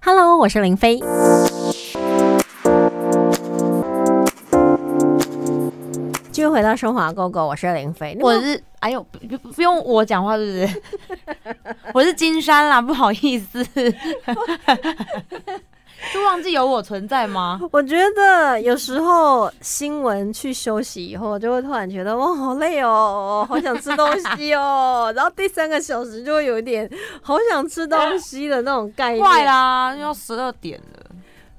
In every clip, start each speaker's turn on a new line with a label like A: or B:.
A: Hello，我是林飞。继续回到升华 Go Go，我是林飞。
B: 我是哎呦，不不不用我讲话是不是？ 我是金山啦，不好意思，就忘记有我存在吗？
A: 我觉得有时候新闻去休息以后，就会突然觉得哇，好累哦，好想吃东西哦。然后第三个小时就会有一点好想吃东西的那种概念。
B: 快啦，要十二点了，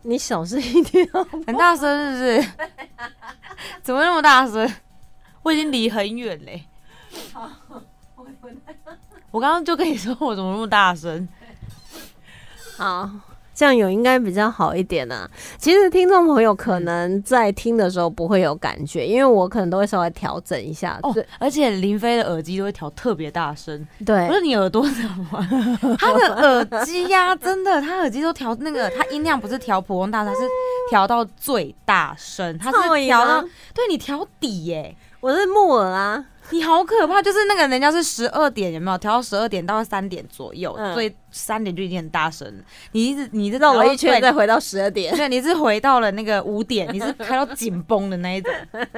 A: 你小声一点哦。
B: 很大声是不是？ 怎么那么大声？我已经离很远嘞。我刚刚就跟你说我怎么那么大声，
A: 好，这样有应该比较好一点啊。其实听众朋友可能在听的时候不会有感觉，因为我可能都会稍微调整一下。
B: 哦
A: 对，
B: 而且林飞的耳机都会调特别大声，
A: 对
B: 不，是你耳朵怎么？他的耳机呀、真的，他耳机都调那个，他音量不是调普通大声，他是调到最大 声，他
A: 噪
B: 是
A: 音
B: 调
A: 啊
B: 到，对你调底耶、
A: 我是木耳啊。
B: 你好可怕！就是那个人家是十二点，有没有调到十二点到三点左右？
A: 嗯
B: 所以三点就已经很大声了。你一直你这
A: 绕了一圈
B: 对
A: 再回到十二 点。
B: 对，你是回到了那个五点，你是开到紧绷的那一种，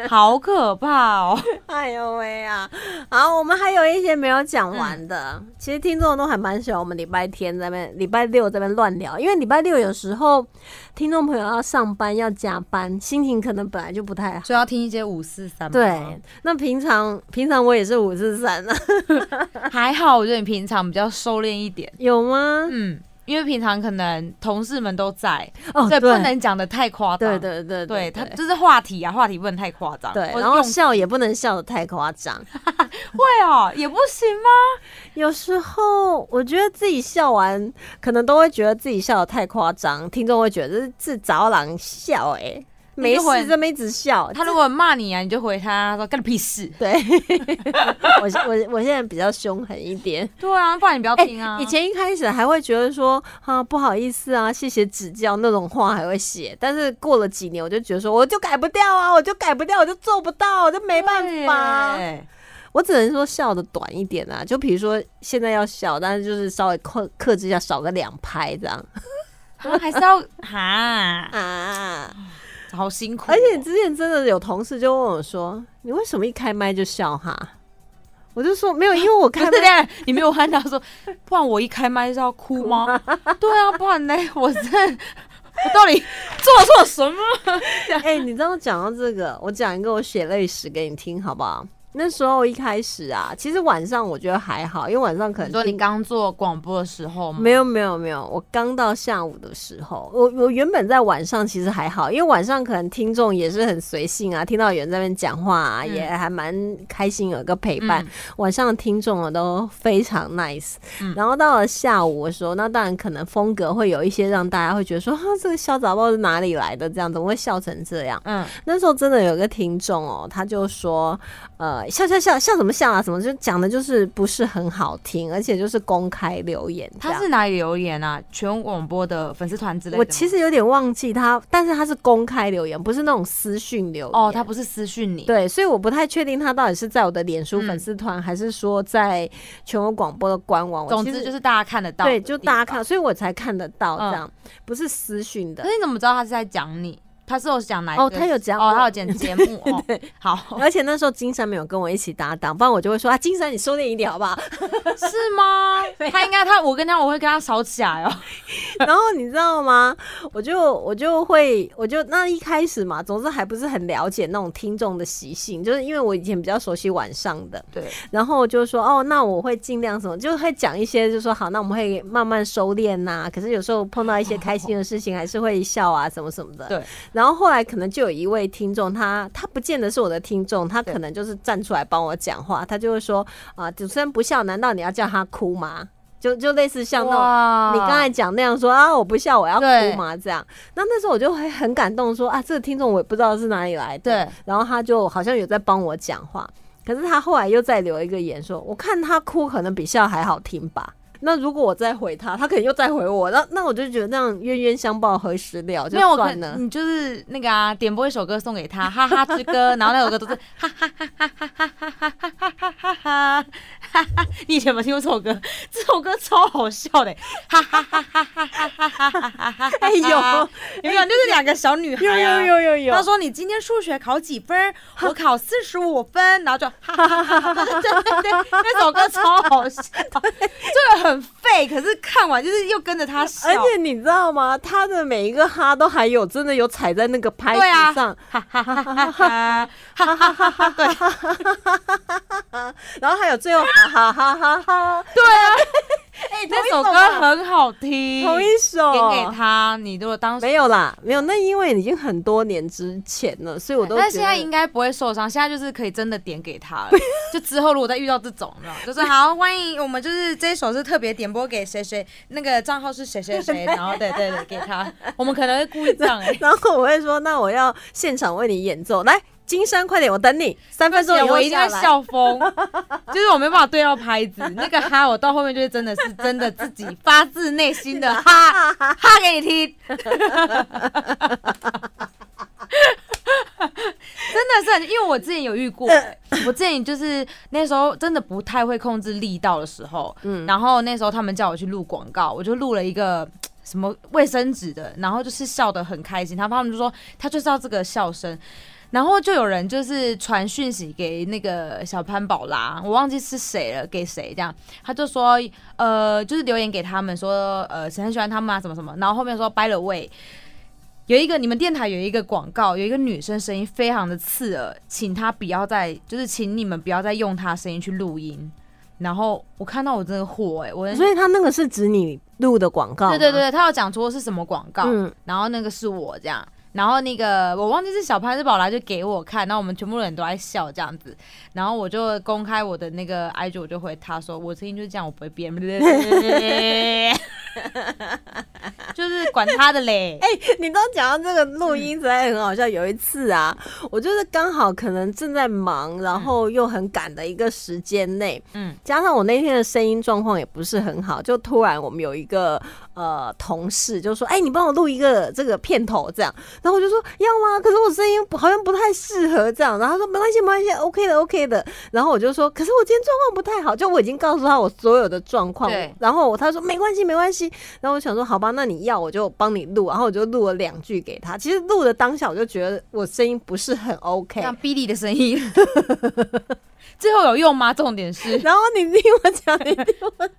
B: 好可怕哦！
A: 哎呦喂啊！好，我们还有一些没有讲完的。其实听众都还蛮喜欢我们礼拜天在那边、礼拜六这边乱聊，因为礼拜六有时候听众朋友要上班要加班，心情可能本来就不太好。
B: 就要听一些五四三，
A: 对，，那平常平常我也是五四三啊，
B: 还好，我觉得你平常比较收敛一点，
A: 有吗？
B: 嗯，因为平常可能同事们都在，
A: 哦，
B: 所以
A: 对
B: 不能讲的太夸张，
A: 对对对
B: 对，他
A: 他
B: 就是话题啊，话题不能太夸张，
A: 对，
B: 或者
A: 然后
B: 用
A: 笑也不能笑得太夸张。
B: 会哦，也不行吗？
A: 有时候我觉得自己笑完，可能都会觉得自己笑的太夸张，听众会觉得是找狼笑哎、欸，没
B: 你就会
A: 事这么一直笑。
B: 他如果骂你啊，你就回他说干你屁事。
A: 对， 我我我现在比较凶狠一点。
B: 对啊，不然你不要
A: 哎、
B: 听啊。
A: 以前一开始还会觉得说啊不好意思啊，谢谢指教那种话还会写，但是过了几年我就觉得说我就改不掉啊，我就改不掉，我就做不到，我就没办法。
B: 对
A: 我只能说笑的短一点啊，就比如说现在要笑，但是就是稍微克克制一下，少个两拍这样
B: 啊还是要 哈，
A: 啊。
B: 好辛苦哦。
A: 而且之前真的有同事就问我说：“你为什么一开麦就笑哈？”我就说没有，因为我
B: 不是
A: 开
B: 这
A: 麦
B: 样，你没有看到说，不然我一开麦是要哭吗？对啊，不然呢？我这我到底做错什么？啊
A: 哎、你知道讲到这个，我讲一个我血泪史给你听好不好？那时候一开始啊，其实晚上我觉得还好，因为晚上可
B: 你
A: 能
B: 说你
A: 听
B: 刚做广播的时候吗？
A: 没有没有没有，我刚到下午的时候，我我原本在晚上其实还好，因为晚上可能听众也是很随性啊，听到有人在那边讲话啊，
B: 嗯
A: 也还蛮开心，有一个陪伴。
B: 嗯
A: 晚上的听众啊都非常 nice，、
B: 嗯
A: 然后到了下午的时候，那当然可能风格会有一些让大家会觉得说，哈、啊这个小杂包是哪里来的？这样怎么会笑成这样？
B: 嗯，
A: 那时候真的有一个听众哦，他就说，呃，笑笑笑笑什么笑啊，什么就讲的就是不是很好听，而且就是公开留言这样。
B: 他是哪里留言啊？全广播的粉丝团之类的吗。
A: 我其实有点忘记他，但是他是公开留言，不是那种私讯留言。
B: 哦，他不是私讯你，
A: 对，所以我不太确定他到底是在我的脸书
B: 嗯
A: 粉丝团，还是说在全国广播的官网。我
B: 总
A: 其实
B: 之就是大家看得到的地
A: 对，
B: 方。
A: 就大家看，所以我才看得到
B: 嗯
A: 这样，不是私讯的
B: 可。是你怎么知道他是在讲你？他是有讲哪一个？
A: 哦，他有讲
B: 哦，他有
A: 我。
B: 剪 节目哦。好，
A: 而且那时候金山没有跟我一起搭档，不然我就会说啊，金山你收敛一点好不好？
B: 是吗？ 他应该他，我跟他我会跟他吵起来哦。
A: 然后你知道吗？我就我就会，我就那一开始嘛，总之还不是很了解那种听众的习性，就是因为我以前比较熟悉晚上的，
B: 对，
A: 然后就说哦，那我会尽量什么，就会讲一些，就说好，那我们会慢慢收敛呐、可是有时候碰到一些开心的事情，还是会笑啊，什么什么的。
B: 对。
A: 然后后来可能就有一位听众，他他不见得是我的听众，他可能就是站出来帮我讲话，他就会说啊、主持人不笑，难道你要叫他哭吗？就就类似像那种
B: 哇
A: 你刚才讲那样说啊，我不笑，我要
B: 对
A: 哭嘛，这样。那那时候我就会很感动说啊，这个听众我也不知道是哪里来的。
B: 对，
A: 然后他就好像有在帮我讲话，可是他后来又再留一个言说，我看他哭可能比笑还好听吧。那如果我再回他，他可能又再回我，那那我就觉得那样冤冤相报何时了，就
B: 没有我
A: 算
B: 可嗯
A: 了。
B: 你就是那个啊，点播一首歌送给他，哈哈之歌，然后那首歌都是哈哈哈哈哈哈哈哈哈哈哈哈哈哈哈。你以前有没有听过这首歌？这首歌超好笑的，哈哈哈哈哈哈哈哈哈哈
A: 哎呦，
B: 有啊没有？就是两个小女孩、
A: 有
B: 啊，
A: 有有有有，
B: 他说你今天数学考几分？我考四十五分，然后就哈哈哈哈哈，对对对，那首歌超好笑，就是很废，可是看完就是又跟着他笑，
A: 而且你知道吗？他的每一个哈都还有真的有踩在那个拍
B: 对啊
A: 子上，
B: 哈哈哈哈哈，哈哈哈哈 对
A: 然后还有最后哈哈哈哈哈，
B: 对 啊，
A: 哎，
B: 那
A: 同
B: 首
A: 一吧
B: 歌很好听，
A: 同一首，
B: 点给他，你如果当时。
A: 没有啦，没有，那因为已经很多年之前了，所以我都
B: 但
A: 觉
B: 现
A: 得
B: 在应该不会受伤，现在就是可以真的点给他了。就之后如果再遇到这种，你知道就是好欢迎我们，就是这一首是特别点播给谁谁，那个账号是谁谁谁，然后对对对给他， 我们可能会故意这样哎、
A: 然后我会说，那我要现场为你演奏，来金山，快点，我等你，三分钟以后
B: 我一定
A: 下
B: 会
A: 来。
B: 笑疯，就是我没办法对到拍子，那个哈我到后面就是真的是真的自己发自内心的哈哈给你听， 真的是很，因为我之前有遇过、我之前就是那时候真的不太会控制力道的时候，嗯，然后那时候他们叫我去录广告，我就录了一个。什么卫生纸的，然后就是笑得很开心，他他们就说嗯他就是要这个笑声，然后就有人就是传讯息给那个小潘宝拉，我忘记是谁了，给谁这样，他就说呃，就是留言给他们说呃，谁很喜欢他们啊，什么什么，然后后面说 by the way。有一个你们电台有一个广告，有一个女生声音非常的刺耳，请她不要再，就是请你们不要再用她声音去录音。然后我看到我真的火哎、欸，我
A: 所以嗯他那个是指你录的广告，
B: 对对，对，他有讲出是什么广告，
A: 嗯
B: 然后那个是我这样，然后那个我忘记是小潘是宝来就给我看，然后我们全部人都在笑这样子，然后我就公开我的那个 IG，我就回他说我声音就是这样，我不会变， 就是管他的嘞，
A: 哎、 你刚讲到这个
B: 嗯
A: 录音，实在很好笑。有一次啊，我就是刚好可能正在忙，然后又很赶的一个时间内，
B: 嗯
A: 加上我那天的声音状况也不是很好，就突然我们有一个呃同事就说：“哎、你帮我录一个这个片头这样。”然后我就说：“要吗？可是我声音不好像不太适合这样。”然后他说：“没关系，没关系，OK 的，OK 的。”然后我就说：“可是我今天状况不太好，就我已经告诉他我所有的状况
B: 对。”
A: 然后他说：“没关系，没关系。”然后我想说：“好吧，那你要我就帮你录。”然后我就录了两句给他。其实录的当下我就觉得我声音不是很 OK，
B: 像哔哩的声音， 最后有用吗？重点是
A: 然后你听我讲，你听我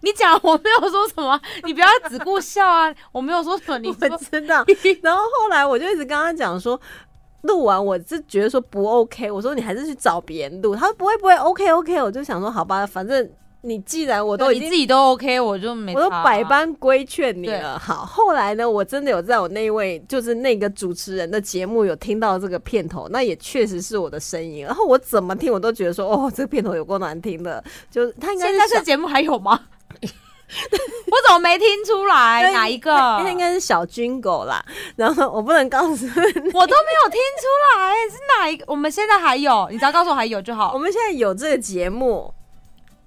B: 你讲我没有说什么，你不要只顾笑啊，我没有说什么， 你
A: 我
B: 说
A: 知道。 然后后来我就一直跟他讲说，录完我是觉得说不 OK，我说你还是去找别人录。他说不会不会 OK OK，我就想说好吧，反正你既然我都已
B: 你
A: 经。
B: 自己都 OK，我就没、啊
A: 我都百。般规劝你了。好，后来呢，我真的有在我那位就是那个主持人的节目有听到这个片头，那也确实是我的声音。然后我怎么听我都觉得说，哦，这个片头有够难听的， 就是他应该
B: 现
A: 是
B: 在
A: 小
B: 这节目还 有吗？我怎么没听出来
A: 对
B: 哪一个？
A: 他应该是小军狗啦。然后我不能告诉你
B: 我都没有听出来是哪一个。我们现在还有，你只要告诉我还有就
A: 我
B: 好。
A: 们现在有这个节目，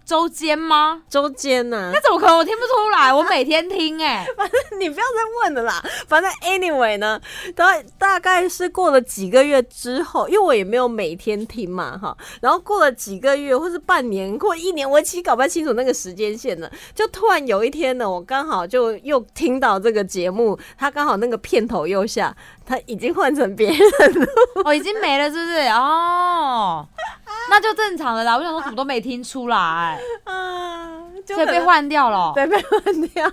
B: 周间吗？
A: 周间呢、
B: 那怎么可能？我听不 出来，我每天听哎、
A: 你不要再问了啦。反正 anyway 呢，大大概是过了几个月之后，因为我也没有每天听嘛哈，然后过了几个月或是半年或一年，我其实搞不太清楚那个时间线呢。就突然有一天呢，我刚好就又听到这个节目，它刚好那个片头右下，它已经换成别人了。
B: 哦，已经没了是不是？ 哦，那就正常了啦。我想说怎么都没听出来，
A: 啊， 就
B: 所以被
A: 可能，
B: 换掉了，
A: 对，被换掉。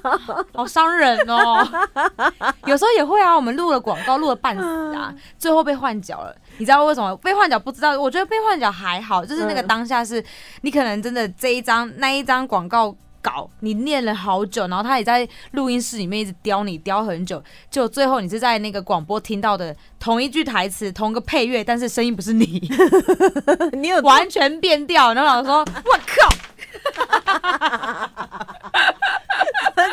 B: 好伤人哦。 有时候也会啊，我们录了广告，录了半死
A: 嗯
B: 啊，最后被换角了。你知道为什么被换角？不知道，我觉得被换角还好，就是那个
A: 嗯
B: 当下是你可能真的这一张那一张广告稿，你念了好久，然后他也在录音室里面一直刁你刁很久，就最后你是在那个广播听到的同一句台词，同个配乐，但是声音不是你，
A: 你有
B: 完全变调。然后我想说，我靠，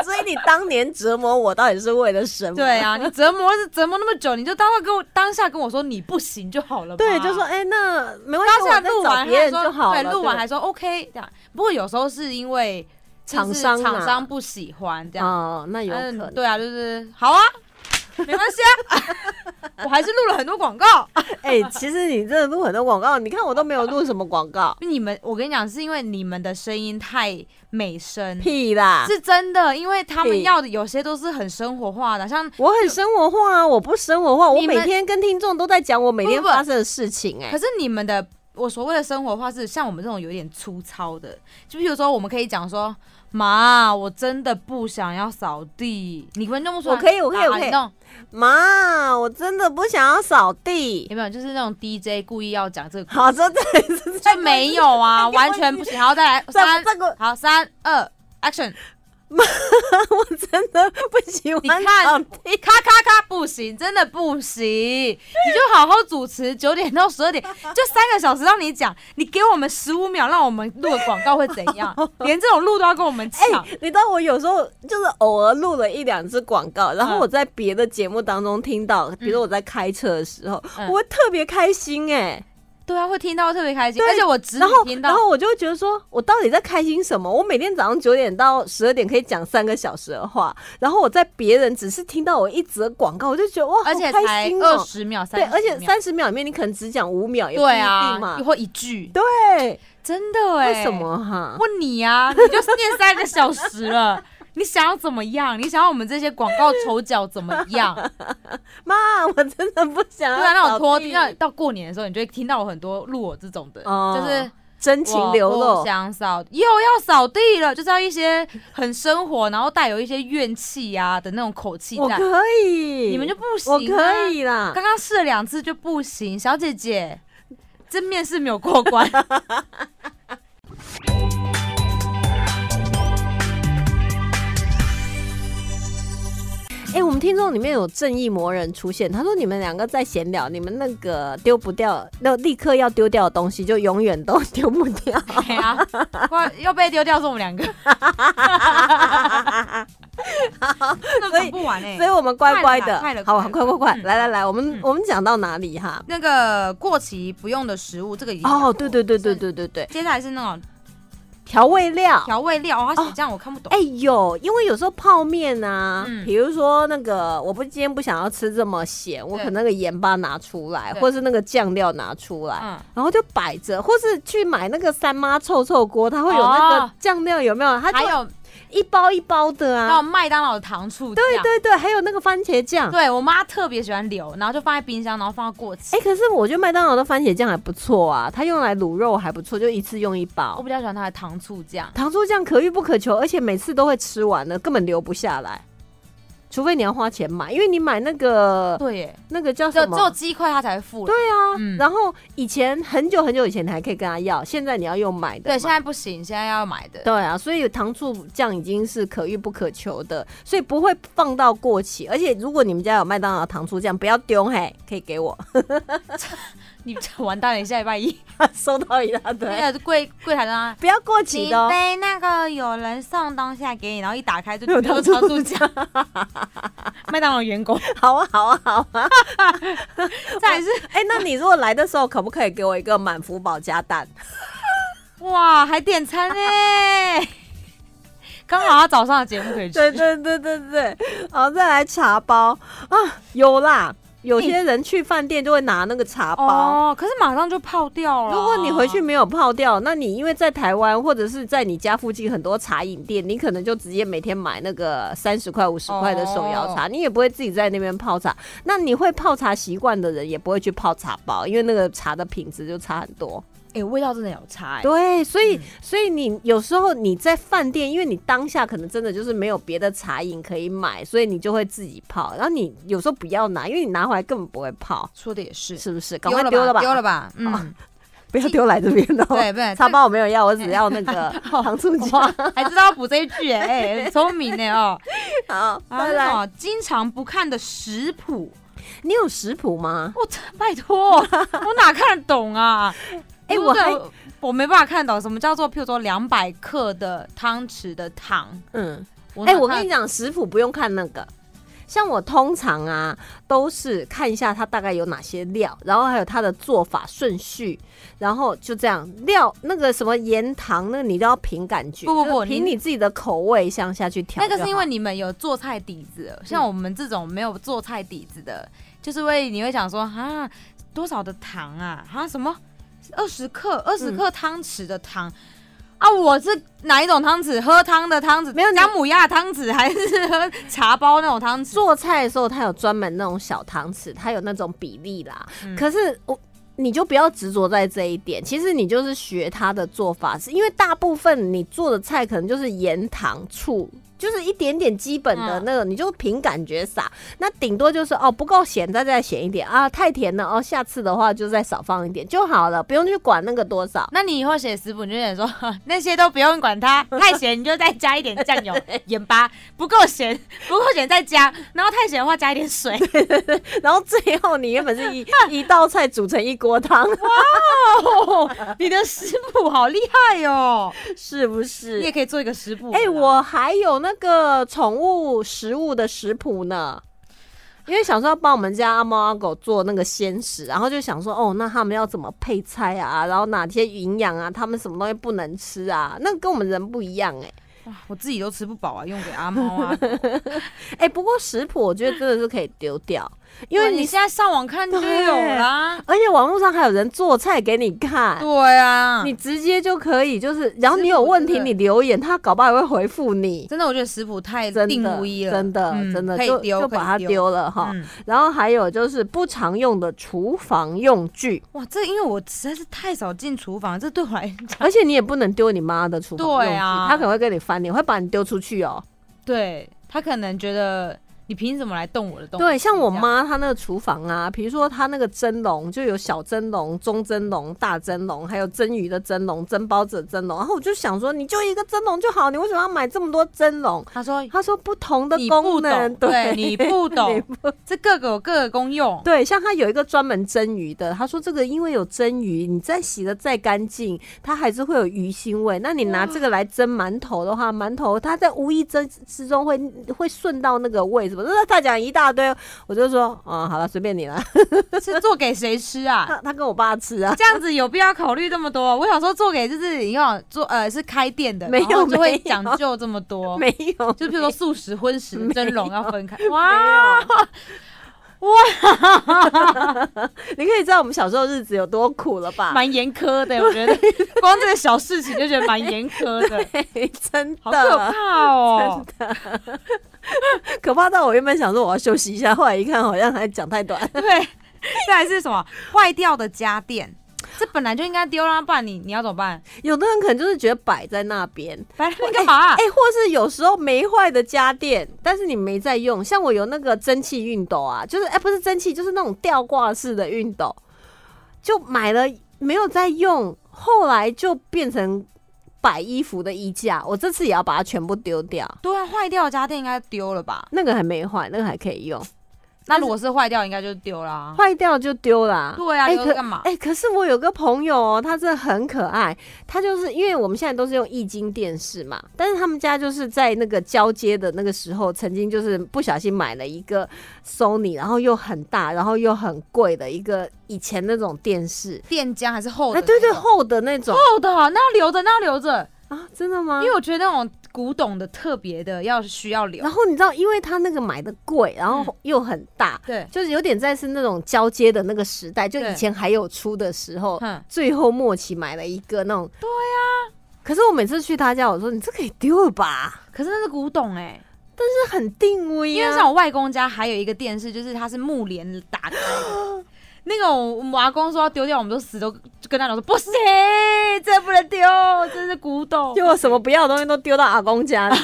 A: 所以你当年折磨我到底是为了什么？
B: 对啊，你折磨是折磨那么久，你就当会跟我当下跟我说你不行就好了嘛，
A: 对，就说哎、那没关系，
B: 当下
A: 我再
B: 录
A: 找
B: 完
A: 别
B: 还
A: 人
B: 说
A: 就好了。
B: 对，录完还说 OK 这样。不过有时候是因为就
A: 厂
B: 是
A: 商啊
B: 厂商不喜欢
A: 对
B: 这样，
A: 哦，那有可
B: 嗯，
A: 能。
B: 对啊，就是好啊，没关系啊， 我还是录了很多广告。
A: 哎、其实你真的录很多广告，你看我都没有录什么广 告，
B: 你们，我跟你讲，是因为你们的声音太美声，
A: 屁啦！
B: 是真的，因为他们
A: 屁
B: 要的有些都是很生活化的，像。
A: 我很生活化啊，我不生活化，我
B: 你
A: 每
B: 们
A: 天跟听众都在讲我每天
B: 不不不
A: 发生的事情、哎
B: 可，是你们的，我所谓的生活化是像我们这种有点粗糙的，就比如说我们可以讲说，妈，我真的不想要扫地，你们弄不出来，
A: 我可以我可以
B: 啊
A: 我可以
B: 你弄，
A: 妈，我真的不想要扫地。
B: 有没有？就是那种 DJ 故意要讲这 个，
A: 好，这这是
B: 就没有啊，
A: 这个
B: 完全不行。然后 再来
A: 这
B: 三，
A: 这个
B: 好，三二 action，
A: 我真的不喜
B: 你
A: 欢
B: 看哎
A: 扫地。
B: 咔咔咔，不行，真的不行，你就好好主持，九点到十二点， 就三个小时让你讲，你给我们十五秒，让我们录个广告会怎 样？连这种路都要跟我们
A: 哎、
B: 抢。
A: 你知道我有时候就是偶尔录了一两支广告，然后
B: 嗯
A: 我在别的节目当中听到，比如说我在开车的时候，
B: 嗯
A: 我会特别开心哎、
B: 对啊，会听到特别开心，
A: 对
B: 而且我只
A: 然后
B: 听
A: 然
B: 到，
A: 后我就会觉得说，我到底在开心什么？我每天早上九点到十二点可以讲三个小时的话，然后我在别人只是听到我一则广告，我就觉得哇，
B: 而且
A: 好
B: 才
A: 开心
B: 二
A: 哦、
B: 十秒，
A: 对，
B: 三
A: 而且三十秒里面你可能只讲五秒，也不一
B: 对
A: 定
B: 啊
A: 嘛，。
B: 或一句，
A: 对，
B: 真的哎、
A: 为什？么哈？
B: 问你啊，你就念三个小时 了。你想要怎么样？你想要我们这些广告丑角怎么 样？
A: 妈，我真的不想
B: 对
A: 要
B: 啊，那种
A: 扫
B: 拖
A: 地
B: 到到过年的时候，你就会听到我很多录我这种的，
A: 哦
B: 就是
A: 真情
B: 我
A: 流
B: 不
A: 露。
B: 想扫，又要扫地了，就是要一些很生活，然后带有一些怨气啊的那种口气
A: 我
B: 在。
A: 可以，
B: 你们就不行、啊，
A: 我可以啦。
B: 刚刚试了两次就不行，小姐姐，这面试没有过 关。
A: 哎、我们听众里面有正义魔人出现，他说你们两个在闲聊，你们那个丢不掉，那立刻要丢掉的东西，就永远都丢不掉。
B: 对啊，快要被丢掉是我们两 个，那
A: 所以
B: 讲不完哎、
A: 所以我们乖乖的
B: 快了，快
A: 好
B: 了
A: 啊，快快快，
B: 嗯
A: 来来来，我们、
B: 嗯
A: 我们讲到哪里哈？
B: 那个过期不用的食物，这个已经讲
A: 哦，
B: 过
A: 对对对对。对对对，
B: 接下来是那种
A: 调味料。
B: 调味料，哦它写这样我看不懂。
A: 哎、有，因为有时候泡面啊，
B: 嗯
A: 比如说那个，我不今天不想要吃这么咸，我
B: 对
A: 可能那个盐巴拿出来，
B: 对
A: 或是那个酱料拿出来，
B: 嗯，
A: 然后就摆着，或是去买那个三妈臭臭锅，它会有那个
B: 哦
A: 酱料，有没有？它
B: 还
A: 就
B: 有
A: 一包一包的
B: 那
A: 啊
B: 种。麦当劳的糖醋酱，
A: 对对对，还有那个番茄酱。
B: 哦对我妈特别喜欢留，然后就放在冰箱，然后放到过期。
A: 哎、可是我觉得麦当劳的番茄酱还不错啊，它用来卤肉还不错，就一次用一
B: 我
A: 包。
B: 比较喜欢它的糖醋酱，
A: 糖醋酱可遇不可求，而且每次都会吃完的，根本留不下来。除非你要花钱买，因为你买那个
B: 对耶，
A: 那个叫
B: 只有
A: 什
B: 只有
A: 么？
B: 鸡块它才会付了
A: 对。啊，
B: 嗯
A: 然后以前很久很久以前你还可以跟他要，现在你要用买的嘛。
B: 对，现在不行，现在要买的。
A: 对啊，所以糖醋酱已经是可遇不可求的，所以不会放到过期。而且如果你们家有麦当劳糖醋酱，不要丢嘿，可以给我
B: 你完蛋了，你下礼拜一哎
A: 收到一 大堆，
B: 那个柜柜台上，
A: 啊不要过
B: 请
A: 期的、哦。
B: 杯那个有人送东西来啊给你，然后一打开就
A: 有
B: 全部
A: 糖
B: 都是糖醋酱，麦当劳员工，
A: 好啊，好啊，好啊。
B: 再来是
A: 哎、那你如果来的时候，可不可以给我一个满福宝加 蛋？
B: 哇，还点餐呢，刚好他早上的节目可以
A: 对
B: 去。
A: 对对对对，好，再来茶包啊，有啦，有些人去饭店就会拿那个茶包。
B: 哦，可是马上就泡掉了。
A: 如果你回去没有泡掉，那你因为在台湾或者是在你家附近很多茶饮店，你可能就直接每天买那个三十块、五十块的手摇茶，你也不会自己在那边泡茶。那你会泡茶习惯的人，也不会去泡茶包，因为那个茶的品质就差很多。
B: 哎，味道真的有差哎。
A: 对，所以
B: 嗯
A: 所以你有时候你在饭店，因为你当下可能真的就是没有别的茶饮可以买，所以你就会自己泡。然后你有时候不要拿，因为你拿回来根本不会泡，
B: 说的也是，
A: 是不是？赶
B: 丢
A: 快
B: 了
A: 丢了吧，
B: 丢了吧，
A: 好
B: 嗯，
A: 不要丢来这边哦。
B: 对 对，
A: 茶包我没有要，我只要那 个糖醋酱。
B: 哇，还知道要补这一句哎，哎很聪明呢哦。
A: 好，
B: 啊，
A: 再
B: 那
A: 来，
B: 种经常不看的食谱，
A: 你有食谱吗？
B: 我真拜托，我哪看得懂 啊？
A: 哎
B: 如
A: 我还
B: 果我没办法看懂什么叫做，譬如说两百克的汤匙的糖。
A: 嗯，
B: 我
A: 哎，
B: 哪
A: 我
B: 看
A: 跟你讲，食谱不用看那个。像我通常啊，都是看一下它大概有哪些料，然后还有它的做法顺序，然后就这样料那个什么盐糖，那个你都要凭感觉，
B: 不不不
A: 就是凭
B: 你
A: 你自己的口味向下去调
B: 那
A: 就好。
B: 个是因为你们有做菜底子了，像我们这种没有做菜底子的，就是会你会想说啊，多少的糖啊，啊什么二十克，二十克汤匙的糖。啊，我是哪一种汤匙？喝汤的汤匙，
A: 没有你
B: 姜母鸭的汤匙，还是喝茶包那种汤匙？
A: 做菜的时候，它有专门那种小汤匙，它有那种比例啦。
B: 嗯
A: 可是我。你就不要执着在这一点，其实你就是学它的做法，是因为大部分你做的菜可能就是盐、糖、醋，就是一点点基本的
B: 嗯
A: 那个，你就凭感觉撒。那顶多就是哦不够咸，再再咸一点啊，太甜了哦，下次的话就再少放一点就好了，不用去管那个多少。
B: 那你以后写食谱，你就想说 呵那些都不用管 它，太咸你就再加一点酱 油、盐巴，不够咸不够咸再加，然后太咸的话加一点水。
A: 然后最后你原本是 一一道菜煮成一锅汤，
B: 哦， 你的食谱好厉害哦！
A: 是不是？
B: 你也可以做一个食谱。
A: 哎、我还有那个宠物食物的食谱呢，因为想说要帮我们家阿猫阿狗做那个鲜食，然后就想说，哦，那他们要怎么配菜啊？然后哪些营养啊？他们什么东西不能吃啊？那跟我们人不一样哎、
B: 哇，我自己都吃不饱啊，用给阿猫 啊。
A: 哎、不过食谱我觉得真的是可以丢掉，因为
B: 对你
A: 你，
B: 现在上网看就有啦。
A: 而且网络上还有人做菜给你看。
B: 对啊，
A: 你直接就可以，就是，然后你有
B: 食谱
A: 问
B: 真
A: 题，
B: 的
A: 你留言，他搞不好也会回复你。
B: 真的我觉得食谱太
A: 真
B: 定
A: 的
B: 无一，了，
A: 真的，
B: 嗯
A: 真的，
B: 可
A: 就
B: 以丢，
A: 就
B: 可以
A: 把它丢了哈。
B: 嗯
A: 然后还有就是不常用的厨房用 具，
B: 哇，这因为我实在是太少进厨房，这对我来讲，
A: 而且你也不能丢你妈的厨房用具，
B: 对啊
A: 她可能会跟你翻脸，会把你丢出去哦。
B: 对他可能觉得你凭什么来动我的东西？
A: 对，像我
B: 这样
A: 妈她那个厨房啊，比如说她那个蒸笼就有小蒸笼、中蒸笼、大蒸笼，还有蒸鱼的蒸笼、蒸包子的蒸笼。然后我就想说，你就一个蒸笼就好，你为什么要买这么多蒸笼？
B: 他说
A: 她说不同的
B: 你不
A: 功能
B: 懂，，对你 不
A: 你
B: 懂，
A: 不
B: 这各个有各个功用。
A: 对，像他有一个专门蒸鱼的，他说这个因为有蒸鱼，你再洗的再干净，它还是会有鱼腥味。那你拿这个来蒸馒头的话，馒头它在无意之之中会会顺到那个味，什么？那他讲一大堆，我就说，嗯，好了，随便你了。
B: 是做给谁吃啊？
A: 他他跟我爸吃啊，
B: 这样子有必要考虑这么多？我想说做给就是你要做呃是开店的，
A: 没有
B: 然后就
A: 没
B: 会
A: 有
B: 讲究这么多，
A: 没有，
B: 哦就比啊如说素食、荤食、
A: 没
B: 蒸笼要分开。
A: 没
B: 哇，
A: 有。 你可以知道我们小时候日子有多苦了吧？
B: 蛮严苛的，我觉得光这个小事情就觉得蛮严苛的，
A: 真
B: 好可
A: 的，
B: 怕 哦！
A: 可怕到我原本想说我要休息一下，后来一看好像还讲太短。
B: 对，再来是什么？坏掉的家电，这本来就应该丢啦，不然你你要怎么办？
A: 有的人可能就是觉得摆在那边，
B: 摆那边干嘛啊
A: 哎、？或是有时候没坏的家电，但是你没在用，像我有那个蒸汽熨斗啊，就是哎、不是蒸汽，就是那种吊挂式的熨斗，就买了没有在用，后来就变成摆衣服的衣架，我这次也要把它全部丢掉。
B: 对啊，坏掉的家电应该丢了吧？
A: 那个还没坏，那个还可以用，
B: 那如果是坏掉，应该就丢啦。
A: 坏掉就丢啦。
B: 对啊，
A: 哎
B: 留着
A: 可
B: 干嘛？
A: 哎、可是我有个朋友哦，他真的很可爱。他就是因为我们现在都是用液晶电视嘛，但是他们家就是在那个交接的那个时候，曾经就是不小心买了一个 Sony，然后又很大，然后又很贵的一个以前那种电视。
B: 垫浆还是厚的
A: 哎，
B: 那种？
A: 对对，厚的那种
B: 厚的啊、那要留着，那要留着，
A: 啊，真的吗
B: 因？为我觉得那种古董的特别的要需要留
A: 然。后你知道，因为他那个买的贵，然后
B: 嗯
A: 又很大，
B: 对，
A: 就是有点在是那种交接的那个时代，就
B: 对
A: 以前还有出的时候，
B: 哼，
A: 最后末期买了一个那种。对呀、
B: 啊
A: 可是我每次去他家，我说你这可以丢了吧？
B: 可是那是古董哎、
A: 这很定位、啊，
B: 因为像我外公家还有一个电视，就是它是木帘打开的。 那个我我阿公说要丢掉，我们都死都就跟他讲说不行，这不能丢，这是古董，
A: 就我什么不要的东西都丢到阿公 家里，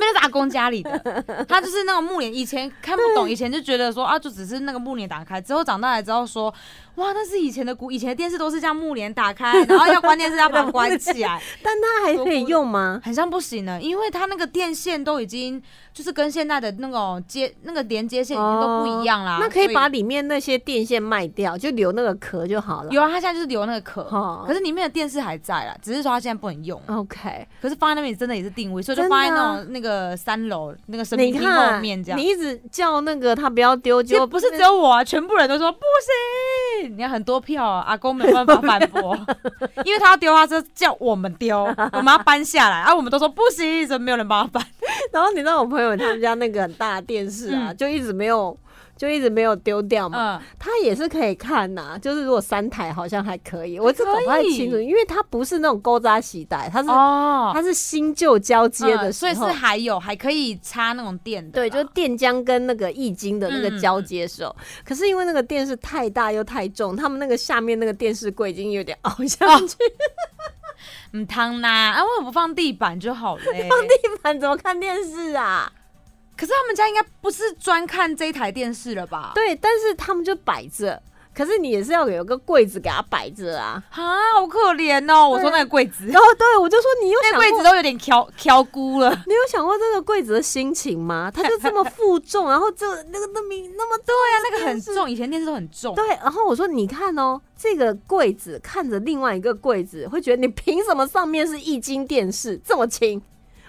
B: 那是阿公家 里的。他就是那个木帘，以前看不懂，以前就觉得说啊，就只是那个木帘打开。之后长大来之后说，哇，那是以前的古，以前的电视都是这样木帘打开，然后要关电视要把它关起来，
A: 但他还可以用吗？
B: 很像不行呢，因为它那个电线都已经就是跟现在的那种接那个连接线已经都不一样啦。
A: 哦那可以
B: 所
A: 把里面那些电线卖掉，就留那个壳就好了。
B: 有啊，它现在就是留那个壳，
A: 哦
B: 可是里面的电视还在啦，只是说它现在不能用。
A: OK，
B: 可是放在那边真的也是定位，所以就
A: 真的
B: 放
A: 啊
B: 在那种那个三楼那个神
A: 你
B: 明厅后
A: 看，
B: 面这样
A: 你。一直叫那个他不要丢，
B: 就
A: 就
B: 不是只有我啊，全部人都说不行，你看很多票、啊，阿公没有办法反驳， 因为他要丢，他就叫我们丢，我们要搬下来，啊，我们都说不行，怎么没有人帮他搬？
A: 然后你知道我朋友他们家那个很大的电视啊，
B: 嗯
A: 就一直没有，就一直没有丢掉嘛。
B: 嗯，
A: 他也是可以看呐、就是如果三台好像还可以，我这搞不太
B: 可以
A: 清楚，因为它不是那种勾扎洗带，它是、
B: 哦，
A: 它是新旧交接的
B: 嗯
A: 时
B: 所
A: 候，
B: 以是还有还可以插那种电的
A: 对，
B: 啦，
A: 就是电浆跟那个易经的那
B: 嗯
A: 个交接手，可是因为那个电视太大又太重，他们那个下面那个电视柜已经有点凹下去，
B: 哦嗯汤啦，啊，为什么不放地板就好嘞？
A: 地板怎么看电视啊？
B: 可是他们家应该不是专看这一台电视了吧？
A: 对，但是他们就摆着，可是你也是要有个柜子给它摆着啊。
B: 啊，好可怜哦！我说那个柜子，
A: 然后对我就说你有
B: 那
A: 想
B: 柜子
A: 过，
B: 都有点挑挑菇了。
A: 你有想过这个柜子的心情吗？它就这么负重，然后就那个那么那么
B: 对啊，那个很
A: 电视
B: 重，以前电视都很重。
A: 对，然后我说你看哦，这个柜子看着另外一个柜子，会觉得你凭什么上面是液晶电视这么轻？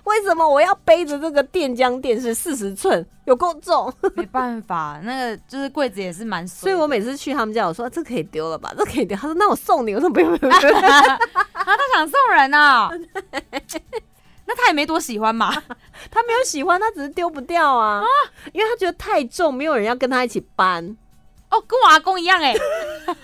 A: 为什么我要背着这个电浆电视四十寸，有够重？
B: 没办法，那个就是柜子也是蛮
A: 所
B: 碎
A: 以
B: 的。
A: 我每次去他们家，我说、这可以丢了吧，这可以丢。他说那我送你，我说不用不用不用，
B: 啊，他想送人 啊、那他也没多喜欢嘛。
A: 他没有喜欢，他只是丢不掉啊，因为他觉得太重，没有人要跟他一起搬。
B: 哦，跟我阿公一样哎、
A: 然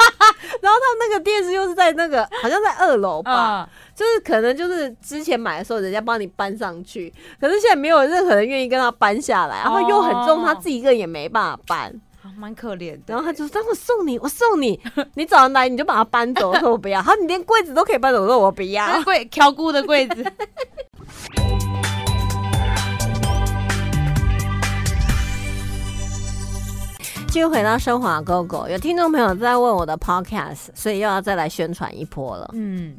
A: 后他们那个电视又是在那个好像在二楼吧，
B: 嗯，
A: 就是可能就是之前买的时候人家帮你搬上去，可是现在没有任何人愿意跟他搬下来，然后又很重，
B: 哦
A: 他自己一个人也没办法搬，
B: 啊蛮可怜的。
A: 然后他就说：“我送你，我送你，你早上来你就把它搬走。”我说：“我不要。”他说：“你连柜子都可以搬走。”我说：“我不
B: 那
A: 要”
B: 个。柜挑菇的柜子。
A: 继续回到生活狗狗，有听众朋友在问我的 podcast，所以又要再来宣传一波了。
B: 嗯，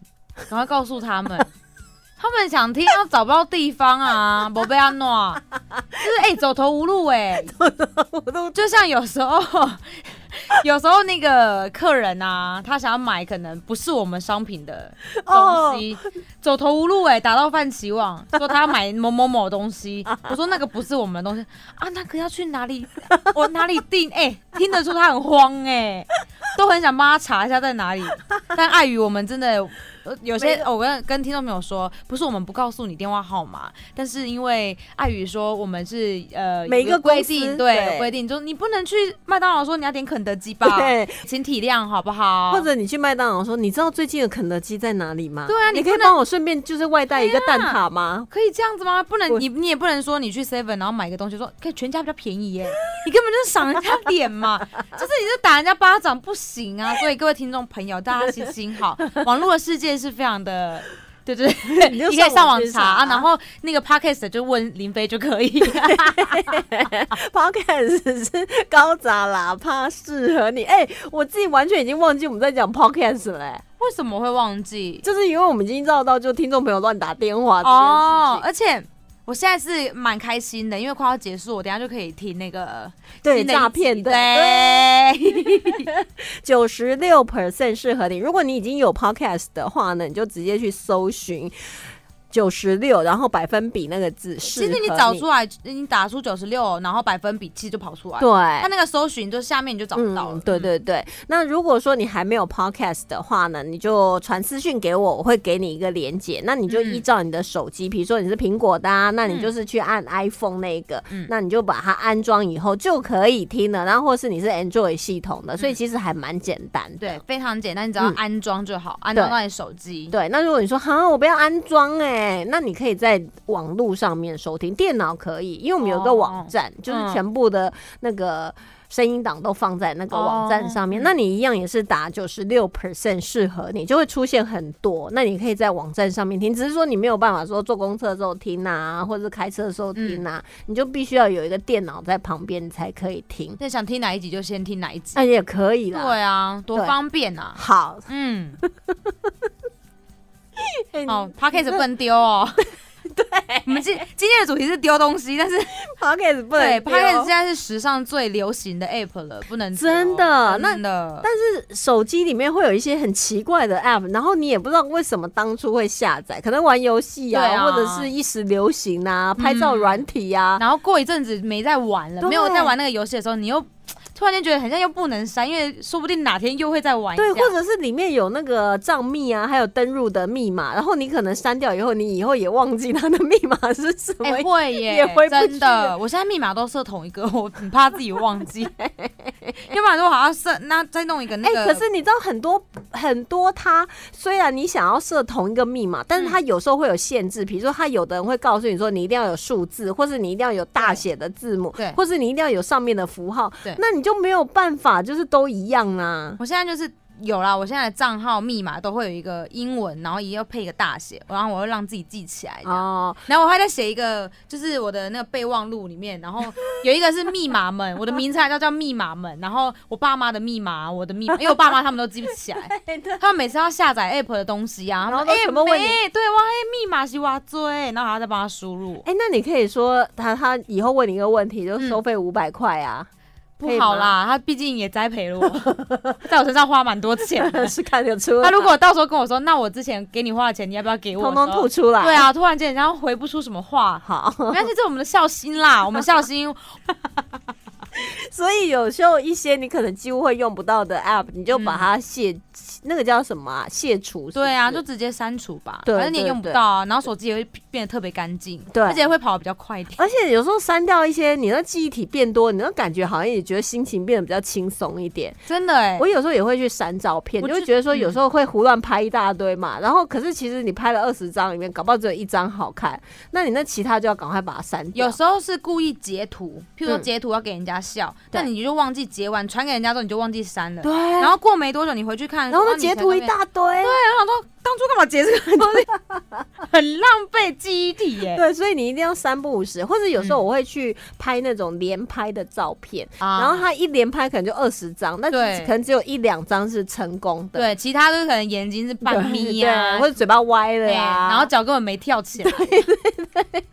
B: 赶快告诉他们， 他们想听，他找不到地方啊，没被安诺，就是哎、走投无路哎、就像有时候， 有时候那个客人啊，他想要买可能不是我们商品的东西，走投无路哎、打到范奇网，说他要买某某某东西，我说那个不是我们的东西啊，那个要去哪里？ 我哪里订？哎、听得出他很慌哎、 都很想帮他查一下 在哪里，但碍于我们真的。呃有些
A: 没
B: 我跟跟听众朋友说，不是我们不告诉你电话号码，但是因为碍于说我们是呃
A: 每一个
B: 有规
A: 公司
B: 定，
A: 对
B: 对有规定，就是你不能去麦当劳说你要点肯德基吧，
A: 对，
B: 请体谅好不好？
A: 或者你去麦当劳说：“你知道最近的肯德基在哪里吗？”
B: 对啊
A: 你
B: 你
A: 可以
B: 不能
A: 帮我顺便就是外带一个蛋挞吗？
B: 可以这样子吗？不
A: 我
B: 能，你你也不能说你去 Seven 然后买一个东西，说可以全家比较便宜耶， 你根本就是赏人家脸嘛， 就是你就打人家巴掌不 行啊！所以各位听众朋友，大家心心好，网络的世界是非常的。对对 对，
A: 你
B: 你
A: 就
B: 可以
A: 上
B: 上
A: 网
B: 网
A: 去
B: 查、
A: 查
B: 啊，然后那个 podcast 就问林飞就可以。
A: Podcast 是高杂喇叭适合你。哎、我自己完全已经忘记我们在讲 Podcast 了、哎
B: 为什么会忘记？
A: 就是因为我们已经绕到就听众朋友乱打电 话这件
B: 哦，
A: 事情。
B: 而且我现在是蛮开心的，因为快要结束，我等一下就可以听那个
A: 对
B: 新的一
A: 诈骗
B: 集
A: 的
B: 对，
A: 九十六 percent 适合你。如果你已经有 Podcast 的话呢，你就直接去搜寻九十六，然后百分比那个字适
B: 其
A: 合
B: 实你找出来，你打出九十六，然后百分比其实就跑出来。
A: 对。
B: 它那个搜寻就下面你就找不到了。
A: 嗯。对对对，那如果说你还没有 podcast 的话呢，你就传私讯给我，我会给你一个连接。那你就
B: 嗯
A: 依照你的手机，比如说你是苹果的、啊，那你就是去按 iPhone 那一个，
B: 嗯
A: 那你就把它安装以后就可以听了。然后或是你是 Android 系统的，所
B: 嗯
A: 以其实还蛮简单的。
B: 对，非常简单，你只要
A: 嗯
B: 安装就好，安装到你手机。
A: 对，那如果你说哈，我不要安装哎、那你可以在网络上面收听，电脑可以，因为我们有一个
B: 哦
A: 网站，就是
B: 嗯
A: 全部的那个声音档都放在那个网站上
B: 哦
A: 面。那你一样也是打九十六 percent 适合你，就会出现很多。那你可以在网站上面听，只是说你没有办法说坐公车的时候听啊，或者是开车的时候听啊，
B: 嗯
A: 你就必须要有一个电脑在旁边，你才可以听。
B: 那想听哪一集就先听哪一集。
A: 那、也可以啦。
B: 对啊，多
A: 对
B: 方便啊！
A: 好，
B: 嗯，
A: 哎你
B: 哎 哦 p a c k a g e 不能丢哦，我们今今天的主题是丢东西，但是
A: p o c k e t 不
B: 对
A: 能
B: p o c k
A: 丢
B: e t 现在是时尚最流行的 app 了，不能丢
A: 真的那
B: 真的。
A: 但是手机里面会有一些很奇怪的 app，然后你也不知道为什么当初会下载，可能玩游戏啊，
B: 对啊嗯
A: 或者是一时流行啊，拍照软体啊，
B: 然后过一阵子没在玩了，
A: 对
B: 没有在玩那个游戏的时候，你又突然间觉得很像又不能删，因为说不定哪天又会再玩一下。
A: 对，或者是里面有那个账密啊，还有登入的密码，然后你可能删掉以后，你以后也忘记它的密码是什么
B: 哎、。会耶，
A: 也回不去
B: 真的。我现在密码都设同一个，我很怕自己忘 记，要不然如果好像设那再弄一个那
A: 哎、
B: 个，
A: 可是你知道很多很多它，虽然你想要设同一个密码，
B: 嗯
A: 但是它有时候会有限制，比如说它有的人会告诉你说你一定要有数字，或是你一定要有大写的字母，
B: 对
A: 或是你一定要有上面的符号
B: 对，
A: 那你就没有办法，就是都一样啊。
B: 我现在就是有啦，我现在的账号密码都会有一个英文，然后也要配一个大写，然后我会让自己记起来这样。
A: 哦，
B: 然后我还在写一个，就是我的那个备忘录里面，然后有一个是密码门，我的名字还叫叫密码门，然后我爸妈的密码，我的密码，因为我爸妈他们都记不 起来，他们每次要下载 app 的东西啊，他
A: 然后
B: 们
A: 都全部
B: 哎
A: 问你
B: 妹对哇，哎密码是哇追，然后还要再帮他输入，
A: 哎、那你可以说他他以后问你一个问题，就
B: 嗯
A: 收费五百块啊， 可以
B: 不
A: 吗
B: 好啦，他毕竟也栽培了我，在我身上花蛮多钱的。
A: 是看得出来。
B: 他如果到时候跟我说，那我之前给你花的钱，你要不要给我？
A: 通通吐出来，
B: 对，啊，突然间然后回不出什 么话，
A: 好。
B: 没关系，这是我们的孝心啦，我们孝心，
A: 所以有时候一些你可能几乎会用不到的 app，你就把它卸，那个叫什么啊？卸除是不是
B: 对啊，就直接删除吧，
A: 对
B: 反正你也
A: 对
B: 用不
A: 对
B: 到啊，然后手机也会变得特别干净，
A: 对
B: 而且会跑得比较快 一点。
A: 而且有时候删掉一些，你的记忆体变多，你的感觉好像也觉得心情变得比较轻松一点。
B: 真的哎、
A: 欸我有时候也会去删照片，
B: 我
A: 就会
B: 就
A: 觉得说
B: 嗯
A: 有时候会胡乱拍一大堆嘛，然后可是其实你拍了二十张里面，搞不好只有一张好看，那你那其他就要赶快把它删掉
B: 有。时候是故意截图，譬如说
A: 嗯
B: 截图要给人家笑，
A: 对
B: 但你就忘记截完传给人家之后，你就忘记删了。
A: 对，啊
B: 然后过没多久，你回去看，
A: 然后
B: 哇
A: 那截图一，大堆，
B: 你前面对，我想说当初干嘛截这个东西， 很浪费记忆体耶、
A: 对，所以你一定要三不五时，或者有时候我会去拍那种连拍的照片，
B: 嗯啊
A: 然后他一连拍可能就二十张，那
B: 对
A: 可能只有一两张是成功的，
B: 对，其他就是可能眼睛是半眯呀、
A: 对或者嘴巴歪了啊
B: 对，
A: 呀、
B: 然后脚根本没跳起来，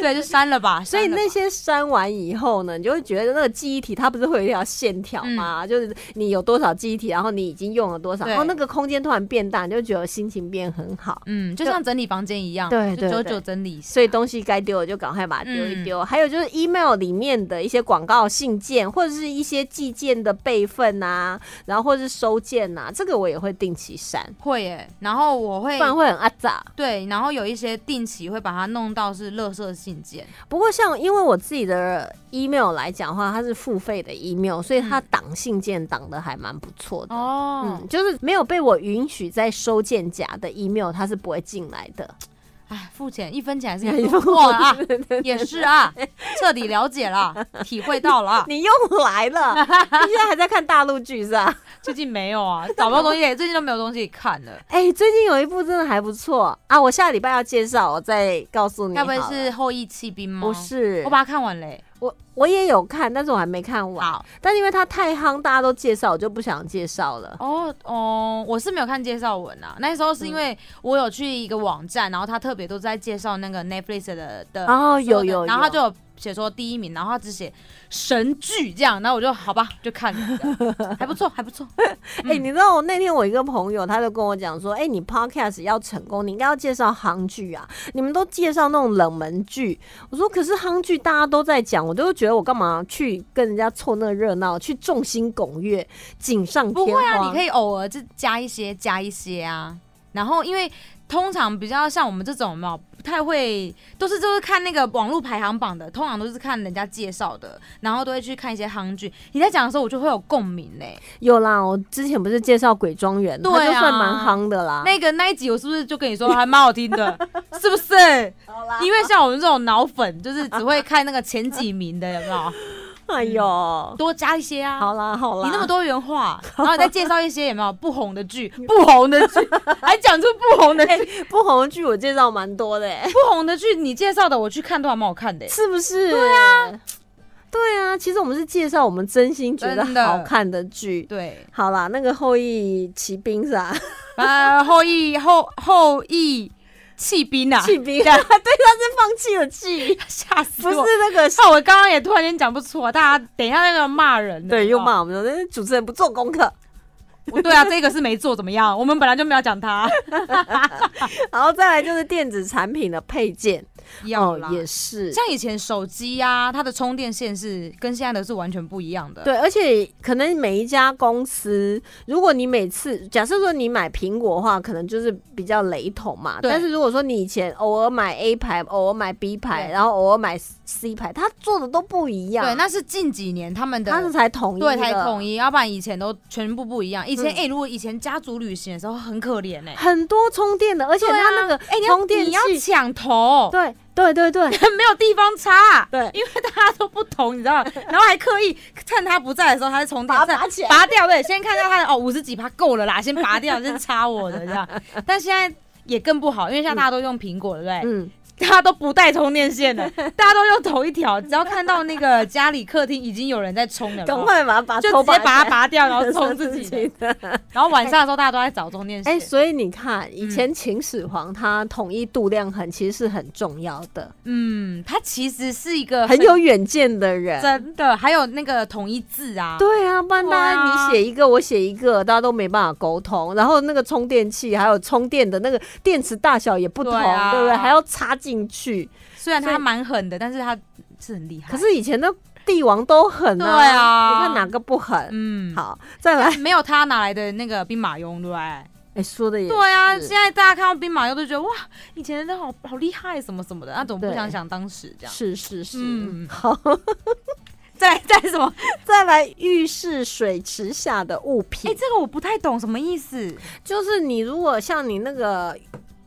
B: 对，就删了吧。
A: 所以
B: 删了吧
A: 那些删完以后呢，你就会觉得那个记忆体它不是会有一条线条吗？就是你有多少记忆体，然后你已经用了多少，
B: 嗯对
A: 然后那个空间突然变大，你就觉得心情变很好。
B: 嗯，就像整理房间一样，
A: 对
B: 就
A: 对
B: 久
A: 对
B: 久整理一下。
A: 所以东西该丢的就赶快把它丢一
B: 嗯
A: 丢。还有就是 email 里面的一些广告信件，或者是一些寄件的备份啊，然后或者是收件啊，这个我也会定期删，
B: 会耶、然后我会
A: 不然会很阿杂。
B: 对，然后有一些定期会把它弄到是垃圾信件，
A: 不过像因为我自己的 email 来讲的话，它是付费的 email，所以
B: 嗯
A: 它挡信件挡的还蛮不错的。
B: 哦
A: 嗯，，就是没有被我允许在收件夹的 email，它是不会进来的。
B: 哎，付钱一分钱 还是一分货哇 啊，也是啊，彻底了解 了，体会到了啊。
A: 你又来 了，你现在还在看大陆剧是吧？
B: 最近没有啊，找不到东西，最近都没有东西看了。
A: 哎、最近有一部真的还不错啊！我下礼拜要介绍，我再告诉你好
B: 该
A: 了。
B: 不会是《后羿弃兵》吗？
A: 不，是
B: 我？把它看完嘞、
A: 我我也有看，但是我还没看完。
B: 好，
A: 但因为它太夯，大家都介绍，我就不想介绍了。
B: 哦哦，我是没有看介绍文啊，那时候是
A: 嗯
B: 因为我有去一个网站，然后他特别都在介绍那个 Netflix 的的
A: 哦，
B: 所
A: 有
B: 的
A: 有，
B: 然后他
A: 有
B: 就有写说第一名，然后他只写神剧这样，然后我就好吧，就看了，这 样还不错，还不错，
A: 哎、
B: 嗯
A: 你知道我那天我一个朋友，他就跟我讲说，哎、你 podcast 要成功，你应该要介绍夯剧啊，你们都介绍那种冷门剧。我说，可是夯剧大家都在讲，我就觉得我干嘛去跟人家凑那个热闹，去众星拱月，锦上
B: 不
A: 添
B: 会
A: 花。
B: 啊，你可以偶尔就加一些，加一些啊，然后因为通常比较像我们这种嘛，不太会，都是就是看那个网络排行榜的，通常都是看人家介绍的，然后都会去看一些夯剧。你在讲的时候，我就会有 共鸣嘞、
A: 有啦，我之前不是介绍鬼庄园，
B: 对啊
A: 它就算蛮夯的啦。
B: 那个那一集，我是不是就跟你说还蛮好听的，是不是？
A: 好啦
B: 因为像我们这种脑粉，就是只会看那个前几名的，有没有？
A: 哎呦，
B: 多加一些啊。
A: 好啦好啦，
B: 你那么多元 化，然后你再介绍一些有没有不红的剧、不红的剧，还讲出不红的剧、
A: 不红的剧，我介绍蛮多的、欸，
B: 不红的剧，你介绍的我去看都还蛮好看的、欸
A: 是不是？对啊，对啊，其实我们是介绍我们真心觉得
B: 真的
A: 好看的剧。
B: 对，
A: 好 啦，那个后羿骑兵是吧？
B: 呃，后羿后后羿弃兵啊，
A: 弃 兵，对，
B: 对
A: 他
B: 啊
A: 是放弃了气，
B: 吓死
A: 不
B: 我！
A: 是那个
B: 那我刚刚也突然间讲不出来，大家等一下那个骂人的，
A: 对，
B: 你知
A: 又
B: 道吗。
A: 骂我们说，那主持人不做功 课。
B: 对啊，这个是没做怎么样？我们本来就没有讲 他，
A: 然后再来就是电子产品的配件，
B: 要
A: 哦
B: 啦，，
A: 也是，
B: 像以前手机呀、它的充电线是跟现在的是完全不一样的。
A: 对，而且可能每一家公司，如果你每次假设说你买苹果的话，可能就是比较雷同嘛。
B: 对
A: 但是如果说你以前偶尔买 A 牌，偶尔买 B 牌，
B: 对
A: 然后偶尔买 C 牌，它做的都不一样。
B: 对，那是近几年他们的
A: 它是才统一的，
B: 对才统一，要不然以前都全部不一样。以前
A: 嗯
B: 哎、如果以前家族旅行的时候很可怜 哎、
A: 很多充电的，而且
B: 对啊
A: 它那个
B: 哎、你要
A: 充电
B: 你
A: 器，
B: 要抢头，
A: 对对对对
B: 没有地方插，
A: 对，
B: 因为大家都不同，你 知道吗？然后还刻意趁他不在的时候，他是从
A: 把它
B: 电
A: 拔起来。
B: 拔掉，对，先看到他的哦五十几趴够了啦，先拔掉，先插我的 这样。但现在也更不好，因为现在大家都用苹果，对不对？
A: 嗯，
B: 大家都不带充电线的，大家都用同一条。只要看到那个家里客厅已经有人在充 了，
A: 赶快把它啊拔，
B: 就
A: 头
B: 直接把它
A: 起来
B: 拔掉，然后充自己的。
A: 的。嗯
B: 然后晚上的时候，大家都在找充电 线。
A: 哎、所以你看，以前秦始皇他统一度量衡其实是很重要的，
B: 嗯，他其实是一个
A: 很有远见的人。
B: 真的，还有那个统一字啊，
A: 对啊，不然大
B: 对
A: 家
B: 啊
A: 你写一个，我写一个，大家都没办法沟通。然后那个充电器，还有充电的那个电池大小也不同，
B: 对啊
A: 对不对？还要插进去。
B: 虽然
A: 所以
B: 他蛮狠的，但是他是很厉害。
A: 可是以前的帝王都狠哎啊，
B: 对啊
A: 你看哪个不狠？
B: 嗯，
A: 好，再来，哎、
B: 没有他哪来的那个兵马俑，对不对？
A: 说的也
B: 对啊，
A: 是
B: 现在大家看到兵马俑都觉得哇，以前的人好好厉害，什么什么的，那怎么不
A: 对
B: 想想当时这样？
A: 是是是，
B: 嗯
A: 好，
B: 再来再来什么？
A: 再来浴室水池下的物品。
B: 哎、这个我不太懂什么意思。
A: 就是你如果像你那个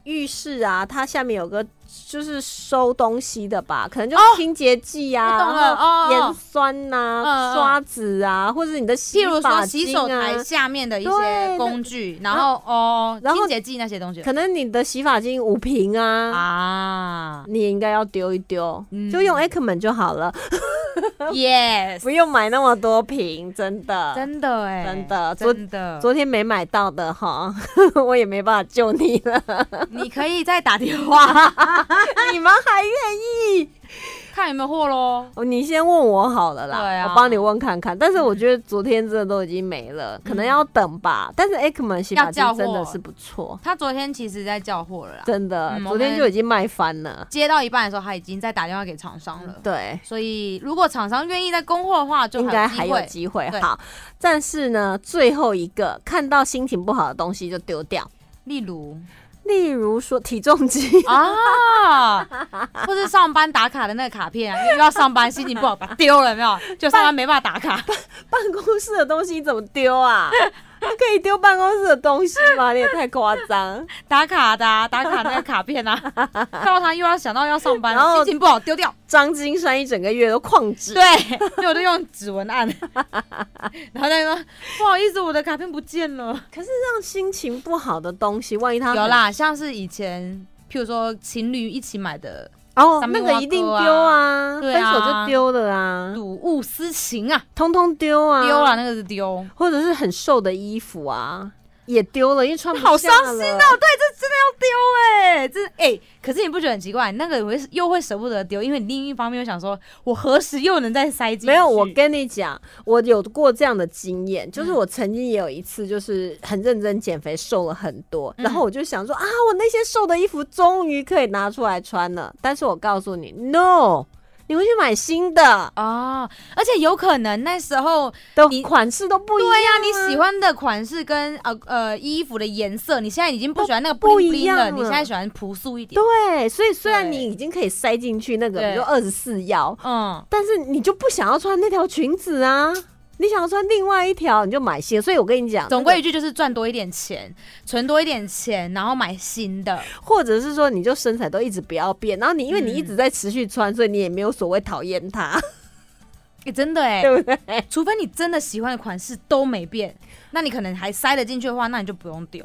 A: 浴室啊，它下面有个就是收东西的吧，可能就清洁剂啊，
B: 我懂了
A: 然后
B: 哦哦
A: 盐酸呐、
B: 嗯嗯
A: 刷子啊，或者你的洗
B: 譬如
A: 发
B: 说
A: 精
B: 洗手台
A: 啊。
B: 下面的一
A: 对
B: 些工具，然
A: 然
B: 后哦，
A: 然后
B: 清洁剂那些东西
A: 可能你的洗发精五瓶啊，
B: 啊
A: 你也应该要丢一丢，
B: 嗯
A: 就用 Ackerman 就好了，
B: ，yes，
A: 不用买那么多瓶，真的。
B: 真的哎、
A: 真的昨
B: 真的，
A: 昨天没买到的哈， 我也没办法救你了。
B: 你可以再打电 话
A: 你们还愿意？
B: 看有没有货喽。
A: 哦，你先问我好了啦，
B: 对啊
A: 我帮你问看看。但是我觉得昨天真的都已经没了，
B: 嗯
A: 可能要等吧。但是哎 Ekman 洗发精
B: 要叫货
A: 真的是不错，
B: 他昨天其实在叫货了啦，
A: 真的，
B: 嗯
A: 昨天就已经卖翻了。
B: 接到一半的时候他已经在打电话给厂商了。
A: 对，
B: 所以如果厂商愿意再供货的话，就
A: 应该还
B: 还
A: 有
B: 有机
A: 机会。
B: 对
A: 好，但是呢，最后一个看到心情不好的东西就丢掉，
B: 会。例 如
A: 例如说体重 机。
B: 啊，或是上班打卡的那个卡片啊，因为要上班心情不好，把它丢了，有没有？就上班没办法打 卡，
A: 办公室的东西怎么丢啊？可以丢办公室的东西吗？你也太夸张。
B: 打卡的、啊、打卡那个卡 片啊，看到他又要想到要上班
A: 然后，
B: 心情不好丢掉。
A: 张金山一整个月都旷职。
B: 对， 所以我就用指纹按， 然后他就说不好意思，我的卡片不见了。
A: 可是让心情不好的东西，万一他
B: 有啦，像是以前。譬如说情侣一起买的
A: 哦，
B: 三
A: 那
B: 明
A: 个
B: 蛙
A: 一定
B: 哥
A: 丢
B: 啊
A: 啊，
B: 对
A: 分手就
B: 啊
A: 丢了啊，
B: 睹物思情啊，
A: 通通丢啊，
B: 丢了，那个是丢，
A: 或者是很瘦的衣服啊，也丢了，因为穿不
B: 好
A: 下了
B: 伤心哦！对，这真的要丢哎、这哎、可是你不觉得很奇怪？那个我会又会舍不得丢，因为你另一方面又想说，我何时又能再塞进 去？
A: 没有，我跟你讲，我有过这样的经验，
B: 嗯
A: 就是我曾经也有一次，就是很认真减肥，瘦了很多，
B: 嗯
A: 然后我就想说啊，我那些瘦的衣服终于可以拿出来穿了，但是我告诉你，no，你会去买新的，
B: 哦，而且有可能那时候，
A: 的
B: 你
A: 款式都不一
B: 对
A: 样，
B: 呀、你喜欢的款式跟呃呃衣服的颜色，你现在已经不喜欢那个
A: 不
B: 不
A: 一
B: 灵不灵了，
A: 样了
B: 你现在喜欢朴素一点。
A: 对，所以虽然
B: 对
A: 你已经可以塞进去那个，比
B: 对
A: 如说二十四腰，
B: 嗯，
A: 但是你就不想要穿那条裙子啊，你想要穿另外一条，你就买新的。所以我跟你讲，
B: 总
A: 那
B: 归一句就是赚多一点钱，存多一点钱，然后买新的。
A: 个或者是说你就身材都一直不要变，然后你因为你一
B: 嗯
A: 直在持续穿，所以你也没有所谓讨厌 它，
B: 哎、真的哎、
A: 对不对？
B: 除非你真的喜欢的款式都没变，那你可能还塞得进去的话，那你就不用丢。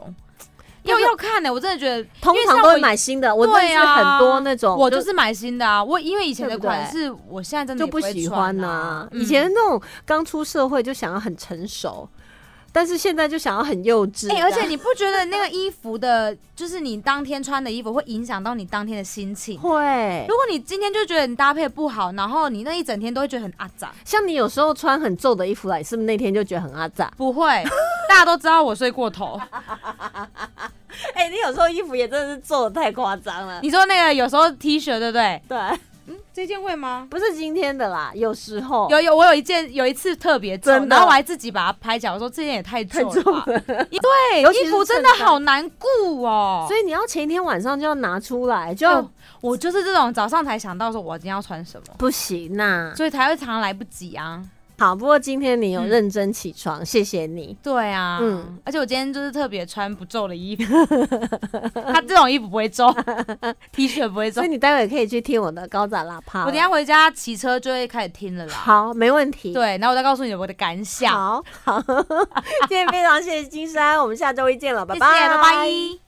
B: 要要看呢、我真的觉得，
A: 通
B: 因为像
A: 常都会
B: 我
A: 买新的，我认
B: 对
A: 识
B: 啊
A: 很多那种，
B: 我就是买新的啊。我因为以前
A: 对
B: 的
A: 不对
B: 款式，我现在真的
A: 就
B: 也
A: 不
B: 会
A: 喜啊
B: 穿啊
A: 欢呐、
B: 啊。嗯
A: 以前那种刚出社会就想要很成熟，但是现在就想要很幼稚。啊
B: 哎、而且你不觉得那个衣服的，就是你当天穿的衣服会影响到你当天的心情？
A: 会
B: 如，果你今天就觉得你搭配不好，然后你那一整天都会觉得很阿杂，
A: 像你有时候穿很皱的衣服来，是不是那天就觉得很阿杂？
B: 不会， 大家都知道我睡过头。
A: 哎、你有时候衣服也真的是皱的太夸张了。
B: 你说那个有时候 T 恤对不对？
A: 对，
B: 嗯，这件会吗？
A: 不是今天的啦，有时候
B: 有有，我有一件有一次特别皱，
A: 真的哦
B: 然后我还自己把它拍起来，我说这件也太
A: 太
B: 皱了
A: 重
B: 吧。
A: 了，尤其
B: 对，
A: 是
B: 衣服真的好难顾哦。
A: 所以你要前一天晚上就要拿出来，就
B: 就我就是这种早上才想到说我今天要穿什么，
A: 不行呐、
B: 所以才会常常来不及啊。
A: 好，不过今天你有
B: 嗯
A: 认真起床，谢谢你。
B: 对啊，
A: 嗯
B: 而且我今天就是特别穿不皱 的衣服，他这种衣服不会皱 ，T 恤不会皱
A: 所以。你待会可以去听我的高咋喇叭。
B: 我等一下回家骑车就会开始听了啦。
A: 好，没问题。，
B: 对，然后我再告诉你我的感想。
A: 好好，今天非常谢谢金山，我们下周一见了，拜
B: 谢谢
A: 拜，
B: 拜拜。